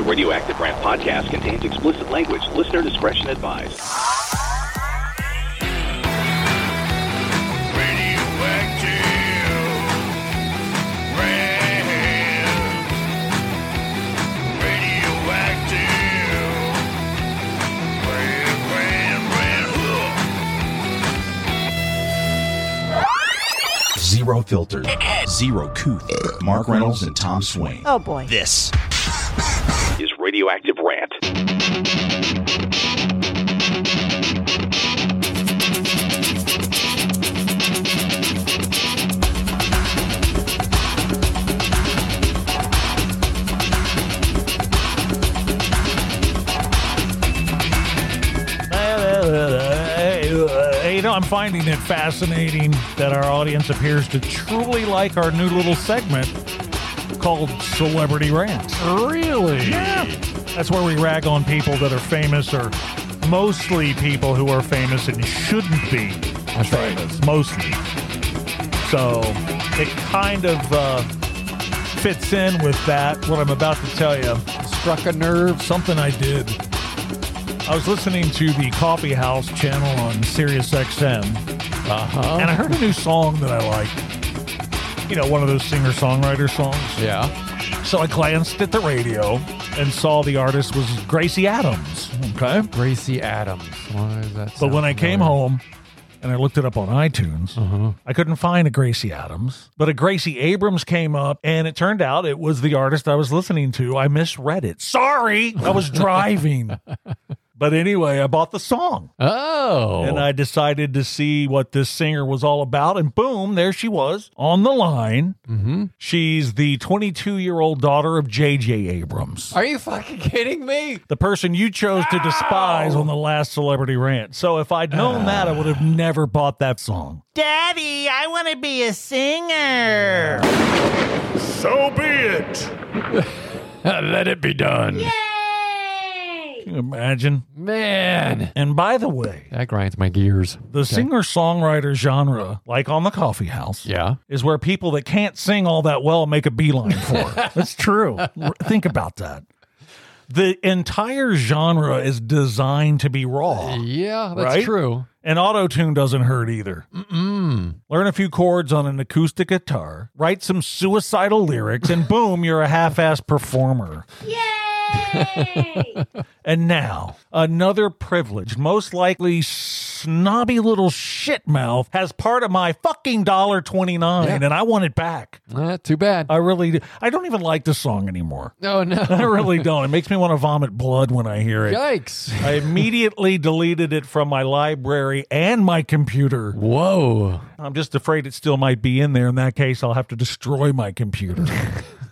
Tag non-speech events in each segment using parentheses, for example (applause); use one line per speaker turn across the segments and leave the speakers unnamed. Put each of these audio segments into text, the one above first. Radioactive Rant podcast contains explicit language. Listener discretion advised.
Zero filters, zero couth. Mark Reynolds and Tom Swain.
Oh boy.
This
Is Radioactive Rant.
You know, I'm finding it fascinating that our audience appears to truly like our new little segment called Celebrity Rants.
Really?
Yeah. That's where we rag on people that are famous or mostly people who are famous and shouldn't be
That's right.
famous, mostly. So it kind of uh, fits in with that, what I'm about to tell you
Struck a nerve.
something I did. I was listening to the Coffee House channel on Sirius XM,
Uh-huh.
and I heard a new song that I liked. You know, one of those singer-songwriter songs.
yeah.
So I glanced at the radio and saw the artist was Gracie Adams. Okay.
Gracie Adams. Why is that?
But when I came home and I looked it up on iTunes, I couldn't find a Gracie Adams, but a Gracie Abrams came up, and it turned out it was the artist I was listening to. I misread it. Sorry, I was driving. but anyway, I bought the song
Oh.
and I decided to see what this singer was all about. And boom, there she was on the line.
hmm
She's the 22 year old daughter of J.J. Abrams
Are you fucking kidding me?
(laughs) the person you chose to despise on the last celebrity rant. So if I'd known that, I would have never bought that song.
Daddy, I want to be a singer.
So be it.
Let it be done.
Can you imagine?
Man.
And by the way,
That grinds my gears.
the singer songwriter genre, like on the coffee house,
Yeah.
is where people that can't sing all that well make a beeline for it. That's true. R- Think about that. The entire genre is designed to be raw,
Yeah, that's
Right?
true.
and auto tune doesn't hurt either.
Mm.
Learn a few chords on an acoustic guitar, write some suicidal lyrics, and boom, you're a half assed performer. (laughs) And now, another privileged, most likely snobby little shitmouth has part of my fucking dollar 29
Yeah.
and I want it back.
Uh, too bad.
I really do. I don't even like this song anymore.
(laughs) oh,
I
no.
really don't. It makes me want to vomit blood when I hear it.
Yikes.
I immediately deleted it from my library and my computer.
Whoa.
I'm just afraid it still might be in there. In that case, I'll have to destroy my
(laughs)
computer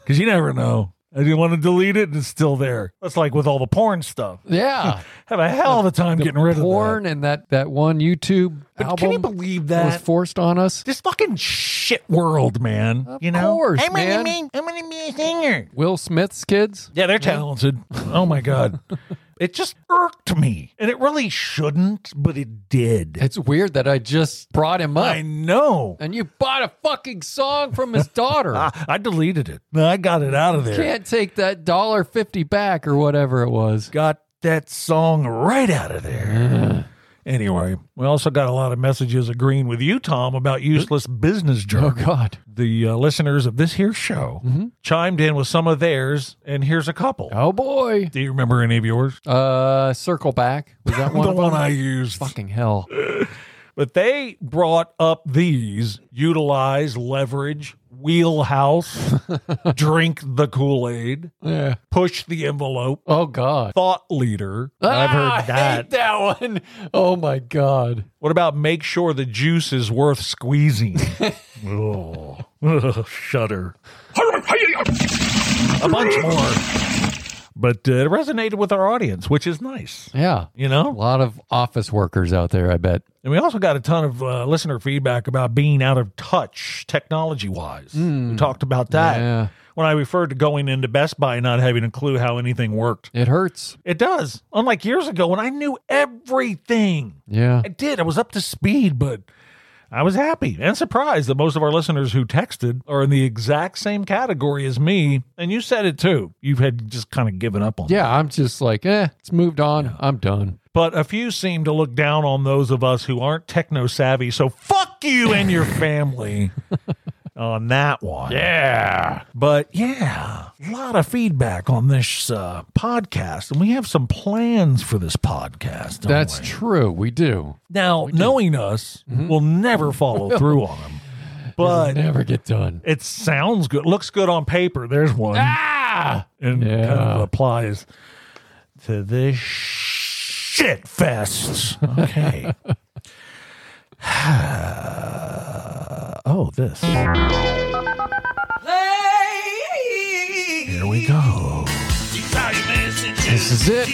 because you never know. I didn't want to delete it, and it's still there. That's like with all the porn stuff.
Yeah.
Have a hell of a time (laughs) getting rid of
Porn and that, that one YouTube
But
album
can you believe
that was
that?
forced on us.
that. This fucking shit world, man. you know,
course,
I'm gonna
man.
be- I'm gonna be a singer.
Will Smith's kids?
Yeah, they're talented. Oh my god,
(laughs)
it just irked me, and it really shouldn't, but it did.
It's weird that I just brought him up.
I know.
and you bought a fucking song from his
(laughs)
daughter.
I, I deleted it. I got it out of there.
Can't take that dollar fifty back or whatever it was.
got that song right out of there. anyway, we also got a lot of messages agreeing with you, Tom, about useless business
Oh
jargon.
God. Mm-hmm.
The uh, listeners of this here show chimed in with some of theirs, and here's a couple.
Oh boy.
Do you remember any of yours?
Uh, circle back. Was that
(laughs)
one?
the
of
one
them?
I used.
Fucking hell.
But they brought up these utilize, leverage,
(laughs)
wheelhouse, drink the Kool Aid,
Yeah.
push the envelope,
Oh God.
thought leader. I've
Ah,
heard
I
that.
hate that one. Oh my God.
What about make sure the juice is worth
(laughs)
squeezing? oh, (laughs) shudder. A bunch more. But uh, it resonated with our audience, which is nice,
Yeah.
you
A
know?
lot of office workers out there. I bet.
And we also got a ton of uh, listener feedback about being out of touch technology wise. We talked about that.
Hmm. Yeah.
When I referred to going into Best Buy and not having a clue how anything worked,
It hurts.
it does. Unlike years ago when I knew everything.
Yeah.
I did. I was up to speed, but I was happy and surprised that most of our listeners who texted are in the exact same category as me. And you said it too. You had just kind of given up on it.
Yeah, I'm just like, eh, it's moved on. I'm done.
But a few seem to look down on those of us who aren't techno savvy. So fuck you and your
(laughs)
family on that one.
Yeah.
But yeah, a lot of feedback on this uh, podcast, and we have some plans for this podcast. don't
That's
we?
true. We do. Mm-hmm.
now knowing us, we'll never
(laughs)
follow through on them. But
Never get done.
it sounds good, looks good on paper. There's one,
Ah!
and kind of
Yeah.
applies to this shit fest. Okay. (laughs) (sighs) oh, this. Here we go.
This is it.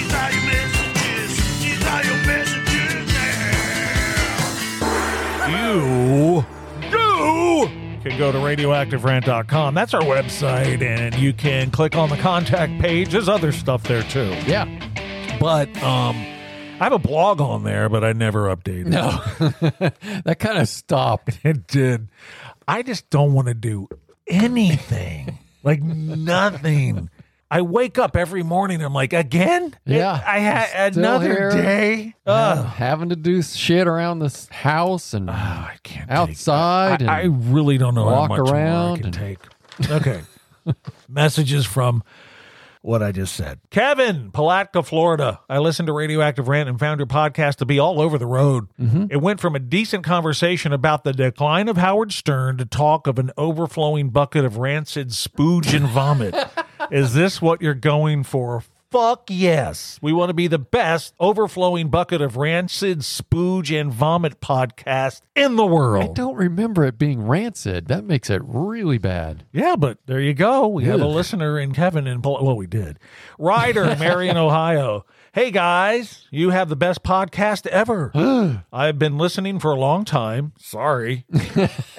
you do can go to radioactiverant.com. That's our website, and you can click on the contact page. There's other stuff there too.
Yeah.
But um, I have a blog on there, but I never updated. it.
No. (laughs) that kind of stopped.
(laughs) It did. I just don't want to do
(laughs)
anything, like nothing. I wake up every morning. I'm like, again?
Yeah.
I had
Still
another
here.
day.
Uh,
Ugh.
having to do shit around this house and
Oh, I can't. take it.
outside.
I, I
and
really don't know
walk
how much more I
around
can
and-
take. Okay. (laughs) Messages from what I just said. Kevin, Palatka, Florida. I listened to Radioactive Rant and found your podcast to be all over the road.
Mm-hmm.
It went from a decent conversation about the decline of Howard Stern to talk of an overflowing bucket of rancid spooge and
(laughs)
vomit. Is this what you're going for? Fuck yes. We want to be the best overflowing bucket of rancid spooge and vomit podcast in the world.
I don't remember it being rancid. That makes it really bad.
Yeah, but there you go. We have a
Ugh.
listener in Kevin and well, we did. Ryder, Marion, Ohio. Hey guys, you have the best podcast ever. I've been listening for a long time. Sorry.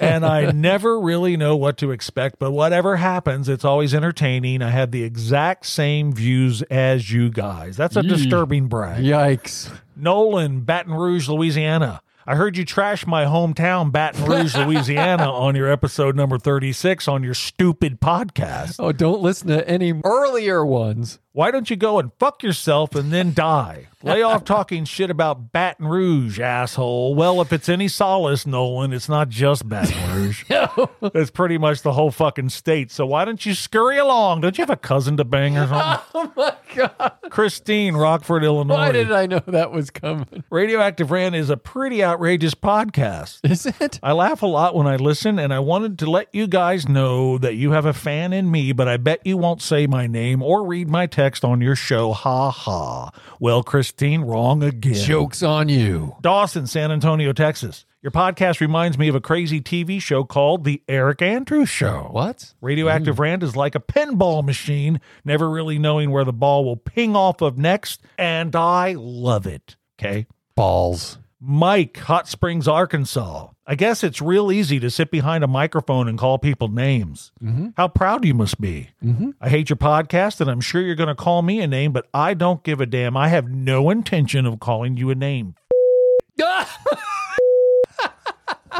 and I never really know what to expect, but whatever happens, it's always entertaining. I have the exact same views as you guys. That's a disturbing brag.
Yikes.
Nolan, Baton Rouge, Louisiana. I heard you trash my hometown, Baton
(laughs)
Rouge, Louisiana, on your episode number 36 on your stupid podcast.
Oh, don't listen to any earlier ones.
Why don't you go and fuck yourself and then die? Lay
(laughs)
off talking shit about Baton Rouge, asshole. Well, if it's any solace, Nolan, it's not just
(laughs)
Baton Rouge. It's pretty much the whole fucking state. So why don't you scurry along? Don't you have a cousin to bang
(laughs)
or something?
Oh my god.
Christine, Rockford, Illinois.
Why did I know that was coming?
Radioactive Rant is a pretty outrageous podcast.
Is it?
I laugh a lot when I listen, and I wanted to let you guys know that you have a fan in me, but I bet you won't say my name or read my text on your show. Ha ha. Well, Christine, wrong again.
Jokes on you.
Dawson, San Antonio, Texas. Your podcast reminds me of a crazy TV show called The Eric Andrews Show.
What?
Radioactive Rand is like a pinball machine, never really knowing where the ball will ping off of next, and I love it. Okay.
(laughs) Balls.
Mike, Hot Springs, Arkansas. I guess it's real easy to sit behind a microphone and call people names. How proud you must be. I hate your podcast, and I'm sure you're going to call me a name, but I don't give a damn. I have no intention of calling you a (laughs) name.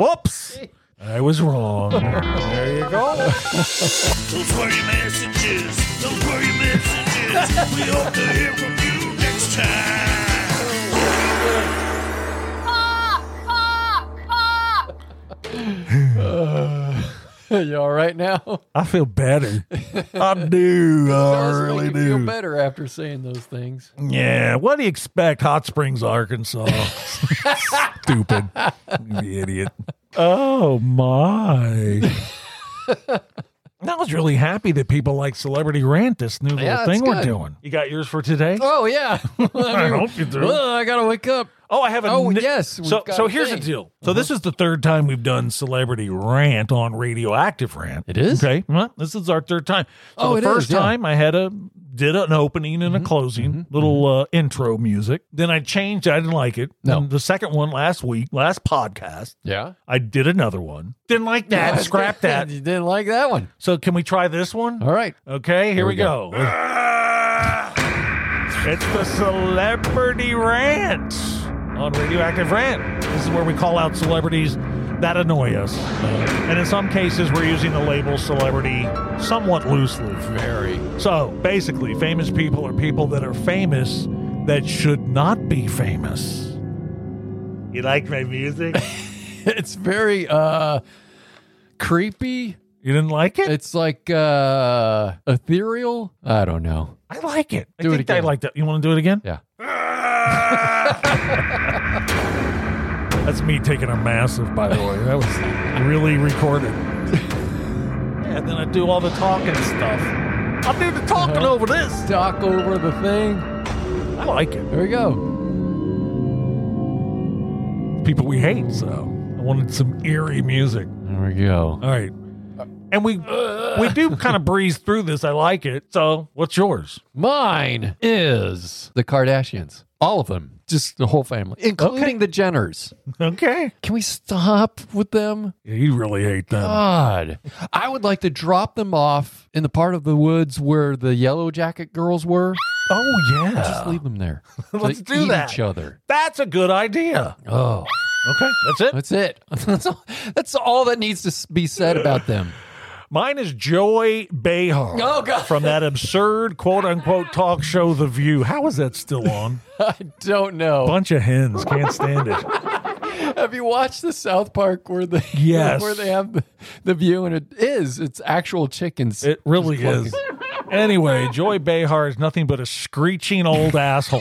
Whoops. I was wrong. there you go.
Those were your messages. Those were your messages. we hope to hear from you next time.
you all right now?
(laughs) I feel (laughs) better. I do. I
Does
really
make you feel
do.
better after saying those things.
Yeah. What do you expect? Hot Springs, (laughs) Arkansas. Stupid. You idiot. Oh, my. I was really happy that people like Celebrity Rant, this new
Yeah,
little
it's
thing we're
good.
doing. You got yours for today?
Oh (laughs) yeah.
I hope you do.
Ugh, I gotta wake up.
Oh, I have a.
Oh, yes, we've
So,
got
so
a
here's the
thing.
deal. So this is the third time we've done celebrity rant on radioactive rant.
It is?
okay. Well, this is our third time. So
Oh,
the
it
first
is, yeah. Mm-hmm.
time I had a did an opening and a closing, little uh, intro music. Then I changed. it. I didn't like it.
No.
And the second one last week, last podcast,
Yeah.
I did another one. Didn't like that.
(laughs)
Scrap that.
you didn't like that one.
So can we try this one?
All right.
Okay, here, we,
we
go.
go.
it's the celebrity rant on Radioactive Rant. This is where we call out celebrities that annoy us. Uh, And in some cases, we're using the label celebrity somewhat loosely.
Very.
So basically, famous people are people that are famous that should not be famous. You like my music?
It's very uh creepy.
you didn't like it?
It's like uh ethereal. I don't know.
I like it. I
Do it
think I
again.
like that. You want to do it again?
Yeah.
That's me taking a massive, by the way. That was really recorded. and then I do all the talking stuff. I'll do the talking
Uh-huh.
over this.
Dock over the thing.
I like it.
There we go.
People we hate, so I wanted some eerie music.
There we go.
All right. And we we do kind of breeze through this. I like it. So what's yours?
Mine is the Kardashians. All of them. Just the whole family, including the Jenners.
Okay.
Can we stop with them?
Yeah, you really hate them.
God. I would like to drop them off in the part of the woods where the yellow jacket girls were.
oh yeah.
Just leave
(laughs)
them there.
Let's
They
do
eat
that.
Each other.
That's a good idea.
Oh,
Okay. That's it.
that's it. (laughs) That's all, that's all that needs to s- be said about them.
Mine is Joy Behar.
Oh, God.
From that absurd quote unquote talk show The View. How is that still on?
(laughs) I don't know.
Bunch of hens. Can't stand it.
Have you watched the South Park where they (laughs)
Yes.
where they have the, the view and it is it's actual
(laughs)
chickens.
It really
Just
is. Anyway, Joy Behar is nothing but a screeching old asshole.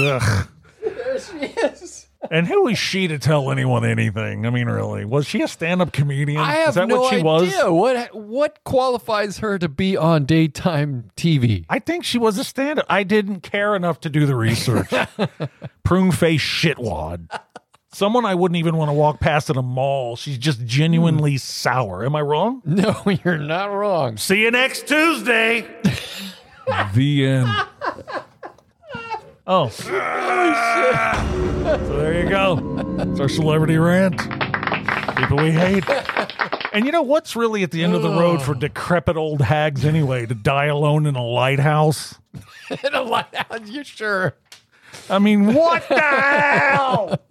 Ugh.
there she is.
And who is she to tell anyone anything? I mean, really, was she a stand-up comedian?
I have
is that
no
what she
idea
was?
what what qualifies her to be on daytime TV.
I think she was a stand-up. I didn't care enough to do the research.
(laughs)
Prune face shitwad. Someone I wouldn't even want to walk past at a mall. She's just
Hmm.
genuinely sour. Am I wrong?
(laughs) No, you're not wrong. (laughs)
See you next Tuesday. (laughs) the end. Oh. so there you go. It's our celebrity rant. People we (laughs) hate. And you know what's really at the end of the road for decrepit old hags anyway? To die alone in a lighthouse?
In a lighthouse, you sure?
I mean, what the hell? (laughs)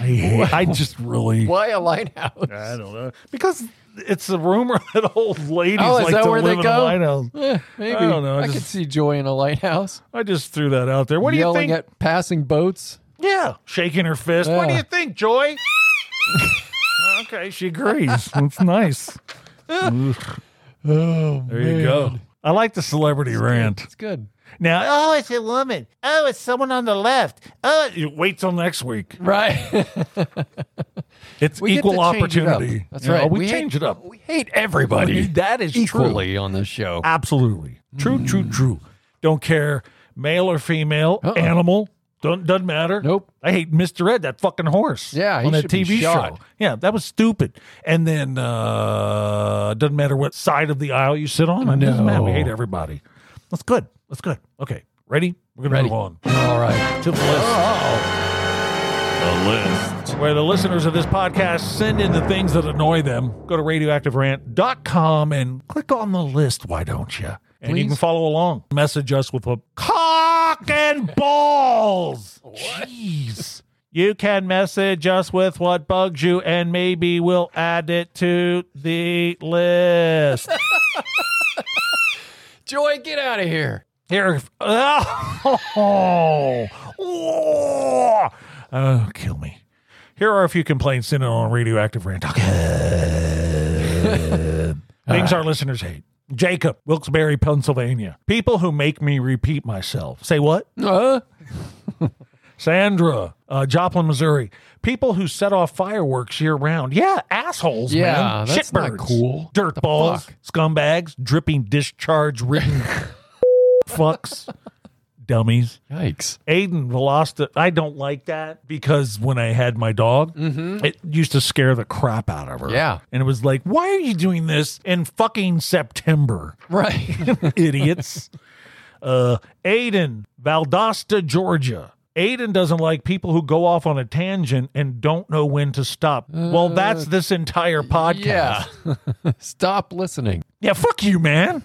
I, hate, I just really.
Why a lighthouse?
I don't know. Because it's a rumor (laughs) that old ladies
Oh, is
like
that
to
where
live in
they
a
go?
lighthouse.
(laughs) Eh, maybe.
I don't know, I
I,
just-
could see joy in a lighthouse.
I just threw that out there. What do you
yelling
think?
at passing boats.
Yeah, shaking her fist. What do
Yeah.
you think,
(laughs)
Joy? okay, she agrees. That's nice.
Oh,
There you go. I like the celebrity rant.
It's good.
Now,
Oh, it's a woman. Oh, it's someone on the left.
Oh,
uh, you wait till next week.
Right. (laughs)
It's
We get
equal
to change it up.
opportunity.
That's
You know,
right.
we,
We
change
hate-
it up.
we hate everybody
That is true.
equally Mm. on this show.
Absolutely. True, true, true. Don't care male or female, animal. Don't, doesn't matter.
Uh-uh. Nope.
I hate Mr. Ed, that fucking horse.
Yeah, he
on that
should be
TV show.
shot.
Yeah, that was stupid. And then uh doesn't matter what side of the aisle you sit on. It doesn't matter. We
No.
hate everybody. That's good. That's good. Okay. Ready? We're gonna
Ready.
move on
All right.
to the list. The list. Where the listeners of this podcast send in the things that annoy them. Go to radioactiverant.com and click on the list, why don't you? And you
Please.
can follow along. Message us with a cock and balls. Jeez. You can message us with what bugs you, and maybe we'll add it to the list.
Joy, get out of here.
Here. (laughs) Oh, oh, oh, Oh, kill me. Here are a few complaints in on radioactive rant. (laughs) Things our listeners hate. Jacob, Wilkes-Barre, Pennsylvania. People who make me repeat myself. Say what?
Uh,
Sandra, uh, Joplin, Missouri. People who set off fireworks year round. Yeah, assholes.
Yeah,
man.
that's not
Shitbirds.
cool.
Dirt
The
balls,
fuck?
scumbags, dripping discharge ridden
(laughs)
fucks, dummies.
yikes.
Aiden Velosta, I don't like that because when I had my dog, it used to scare the crap out of her.
Mm-hmm. Yeah.
And it was like, why are you doing this in fucking September?
Right.
(laughs) idiots. Uh, Aiden, Valdosta, Georgia. Aiden doesn't like people who go off on a tangent and don't know when to stop. well, that's this entire podcast.
(laughs) Uh, yeah. (laughs) Stop listening.
Yeah, fuck you,
(laughs)
man.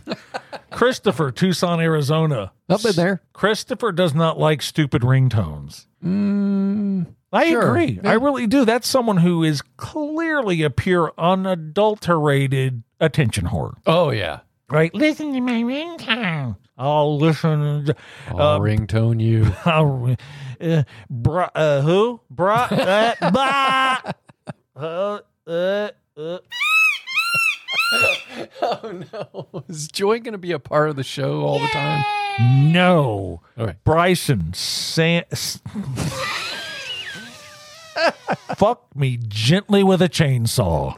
Christopher, Tucson, Arizona.
Up in there.
Christopher does not like stupid ringtones.
Mm,
I
Sure.
agree. I really do. That's someone who is clearly a pure, unadulterated attention whore,
Oh yeah.
right? Listen to my ringtone. I'll listen. to-
I'll
Uh,
ringtone you.
I'll, uh, bra, uh, who? Bra, (laughs) uh, bah. Uh, uh, uh.
oh no. (laughs) Is Joy going to be a part of the show all the time?
No.
All right.
Bryson San- s- (laughs) fuck me gently with a chainsaw.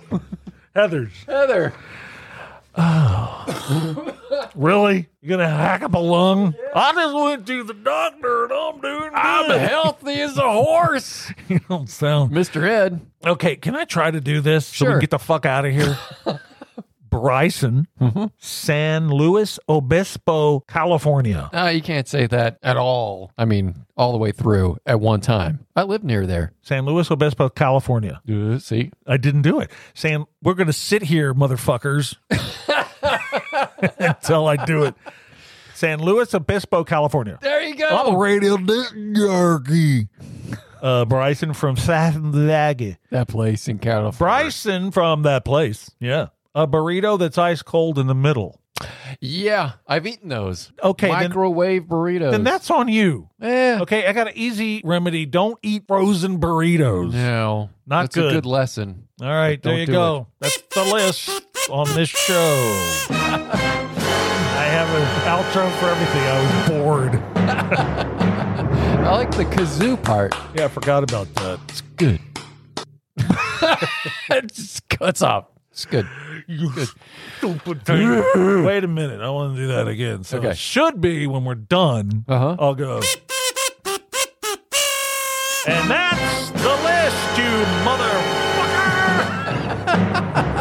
Heathers,
Heather.
really? You gonna hack up a lung? I just went to the doctor and I'm doing good.
(laughs) I'm healthy as a horse.
(laughs) you don't sound
Mr. Ed.
okay. Can I try to do this so we
Sure.
can get the fuck out of (laughs) here? Bryson, San Luis Obispo, California.
No, Uh, you can't say that at all. I mean, all the way through at one time. I live near there.
San Luis Obispo, California.
Uh, see?
I didn't do it. Sam, we're going to sit here, motherfuckers, (laughs) until I do it. San Luis Obispo, California.
There you go.
I'm a radio disc jerky. Uh, Bryson from San Diego.
that place in California.
Bryson from that place. Yeah. A burrito that's ice cold in the middle.
Yeah, I've eaten those.
Okay, then-
Microwave burritos.
Then that's on you.
Eh, (laughs)
Okay. I got an easy remedy. Don't eat frozen burritos.
No.
Not
that's
good.
a good lesson.
All right, there
Don't
you
do
go. That's the list on this show. I have an outro for everything. I was bored.
I like the kazoo part.
Yeah, I forgot about that.
It's good. it just cuts off. It's good.
You stupid thing. Wait a minute. I want to do that again. So
Okay.
it should be when we're done,
Uh-huh.
I'll go. And that's the list, you motherfucker.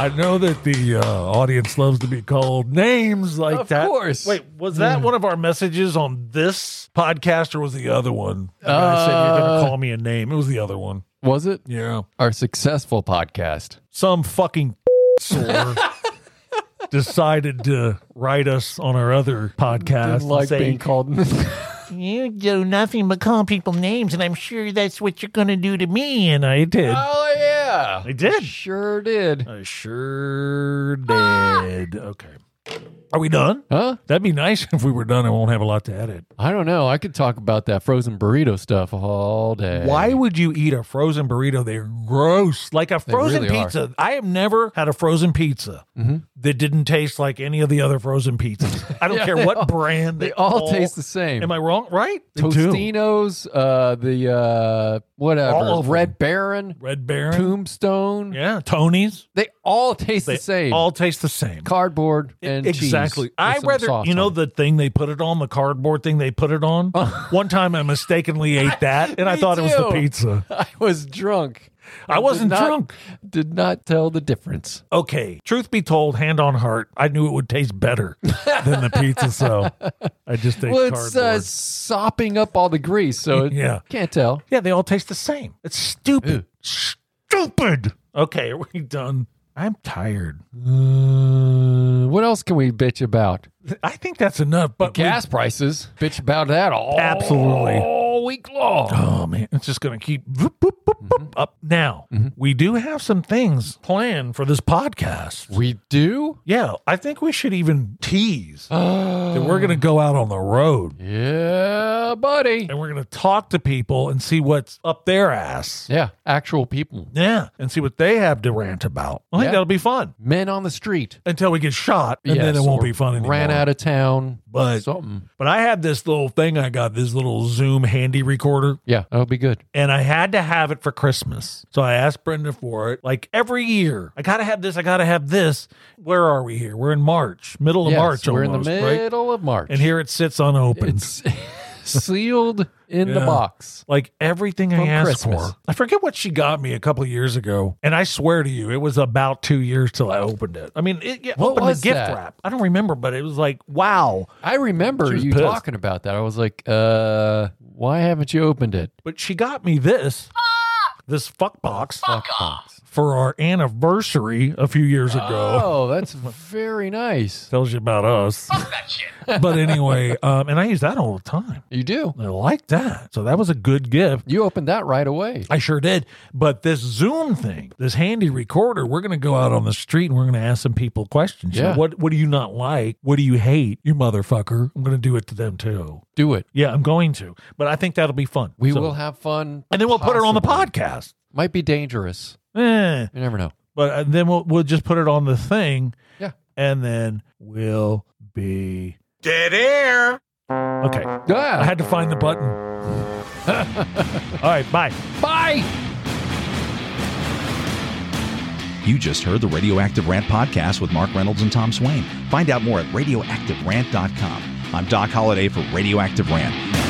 I know that the uh, audience loves to be called names like
Of
that.
course. Hmm.
Wait, was that one of our messages on this podcast or was the other one? When I said you're going
Uh,
to call me a name. It was the other one.
Was it?
Yeah
Our successful podcast.
some fucking (laughs)
(laughs)
sore decided to write us on our other podcast
Didn't like
and say,
being (laughs) called.
You do nothing but call people names, and I'm sure that's what you're gonna do to me.
and I did.
oh yeah.
I did.
Sure did.
Uh, I sure did. Okay. Are we done?
Huh?
That'd be nice (laughs) if we were done. I won't have a lot to edit.
I don't know. I could talk about that frozen burrito stuff all day.
Why would you eat a frozen burrito? They're gross. Like a frozen
really are. Mm-hmm.
pizza. I have never had a frozen pizza that didn't taste like any of the other frozen
(laughs)
pizzas. I don't
Yeah,
care
they
what
all-
brand.
They all taste the same.
Am I wrong? Right? They do.
Tostinos, uh, the uh, whatever,
All of them.
Red Baron,
Red Baron.
Tombstone.
Yeah, Tony's.
They all taste
They
the same.
all taste the same.
cardboard and cheese
E-, exactly.
with
I
some
rather
sauce
you know
on it. Uh.
the thing they put it on the cardboard thing they put it on. (laughs) One time I
(laughs)
mistakenly ate that and I
Me
thought it was the
too.
pizza.
(laughs) I was drunk.
I
did
wasn't
not-
drunk.
Did not tell the difference.
Okay, truth be told, hand on heart, I knew it would taste better
(laughs)
than the pizza, so I just ate
well, it's
cardboard.
uh, sopping up all the grease, so it,
Yeah.
can't tell.
yeah, they all taste the same. It's stupid.
Ew.
Stupid. Okay, are we done? I'm tired.
Uh, what else can we bitch about?
I think that's enough. But we-
Gas prices. Bitch about that all
Absolutely.
all week long.
(gasps) Oh man, it's just gonna keep boop, boop, boop,
Mm-hmm.
boop, up. Now we do have some things planned for this podcast.
We do. Uh,
Yeah, I think we should even tease that
yeah,
we're gonna go out on the road
buddy.
and we're gonna talk to people and see what's up their ass.
Yeah, actual people,
Yeah, and see what they have to rant about. I think
Yeah.
that'll be fun
men on the street.
until we get shot, and then it
Yes,
won't
or
be fun anymore.
Ran out of town.
But-
something.
but I have this little thing I got, this little Zoom handy recorder.
Yeah, that'll be good.
and I had to have it for Christmas. So I asked Brenda for it like every year. I got to have this. I got to have this. Where are we here? We're in March, middle of
Yes,
March
We're
almost,
in the
right?
middle of March.
And here it sits unopened.
it's (laughs) sealed in
Yeah.
the box.
like everything I
From
asked
Christmas.
for. I forget what she got me a couple of years ago. And I swear to you, it was about two years till I opened it. I mean, it, yeah,
What
opened
was
the gift
that?
wrap. I don't remember, but it was like, wow.
I remember
She was
you
pissed.
talking about that. I was like, uh, why haven't you opened it?
But she got me this, this fuck box.
Fuck box.
for our anniversary a few years ago.
Oh, that's very nice.
Tells you about us. but anyway, um, and I use that all the time.
You do.
I like that. So that was a good gift.
You opened that right away.
I sure did. But this Zoom thing, this handy recorder, we're going to go out on the street and we're going to ask some people questions. You know,
Yeah.
what What do you not like? What do you hate? You motherfucker. I'm going to do it to them too.
Do it.
Yeah, I'm going to. But I think that'll be fun.
We
So-
will have fun.
and then we'll put it on the
possibly.
podcast.
Might be dangerous.
Eh,
You never know.
but uh, then we'll we'll just put it on the thing.
Yeah.
And then we'll be dead air. Okay. I
Yeah.
had to find the button. (laughs) All right, bye.
Bye.
You just heard the Radioactive Rant podcast with Mark Reynolds and Tom Swain. Find out more at radioactiverant.com. I'm Doc Holliday for Radioactive Rant.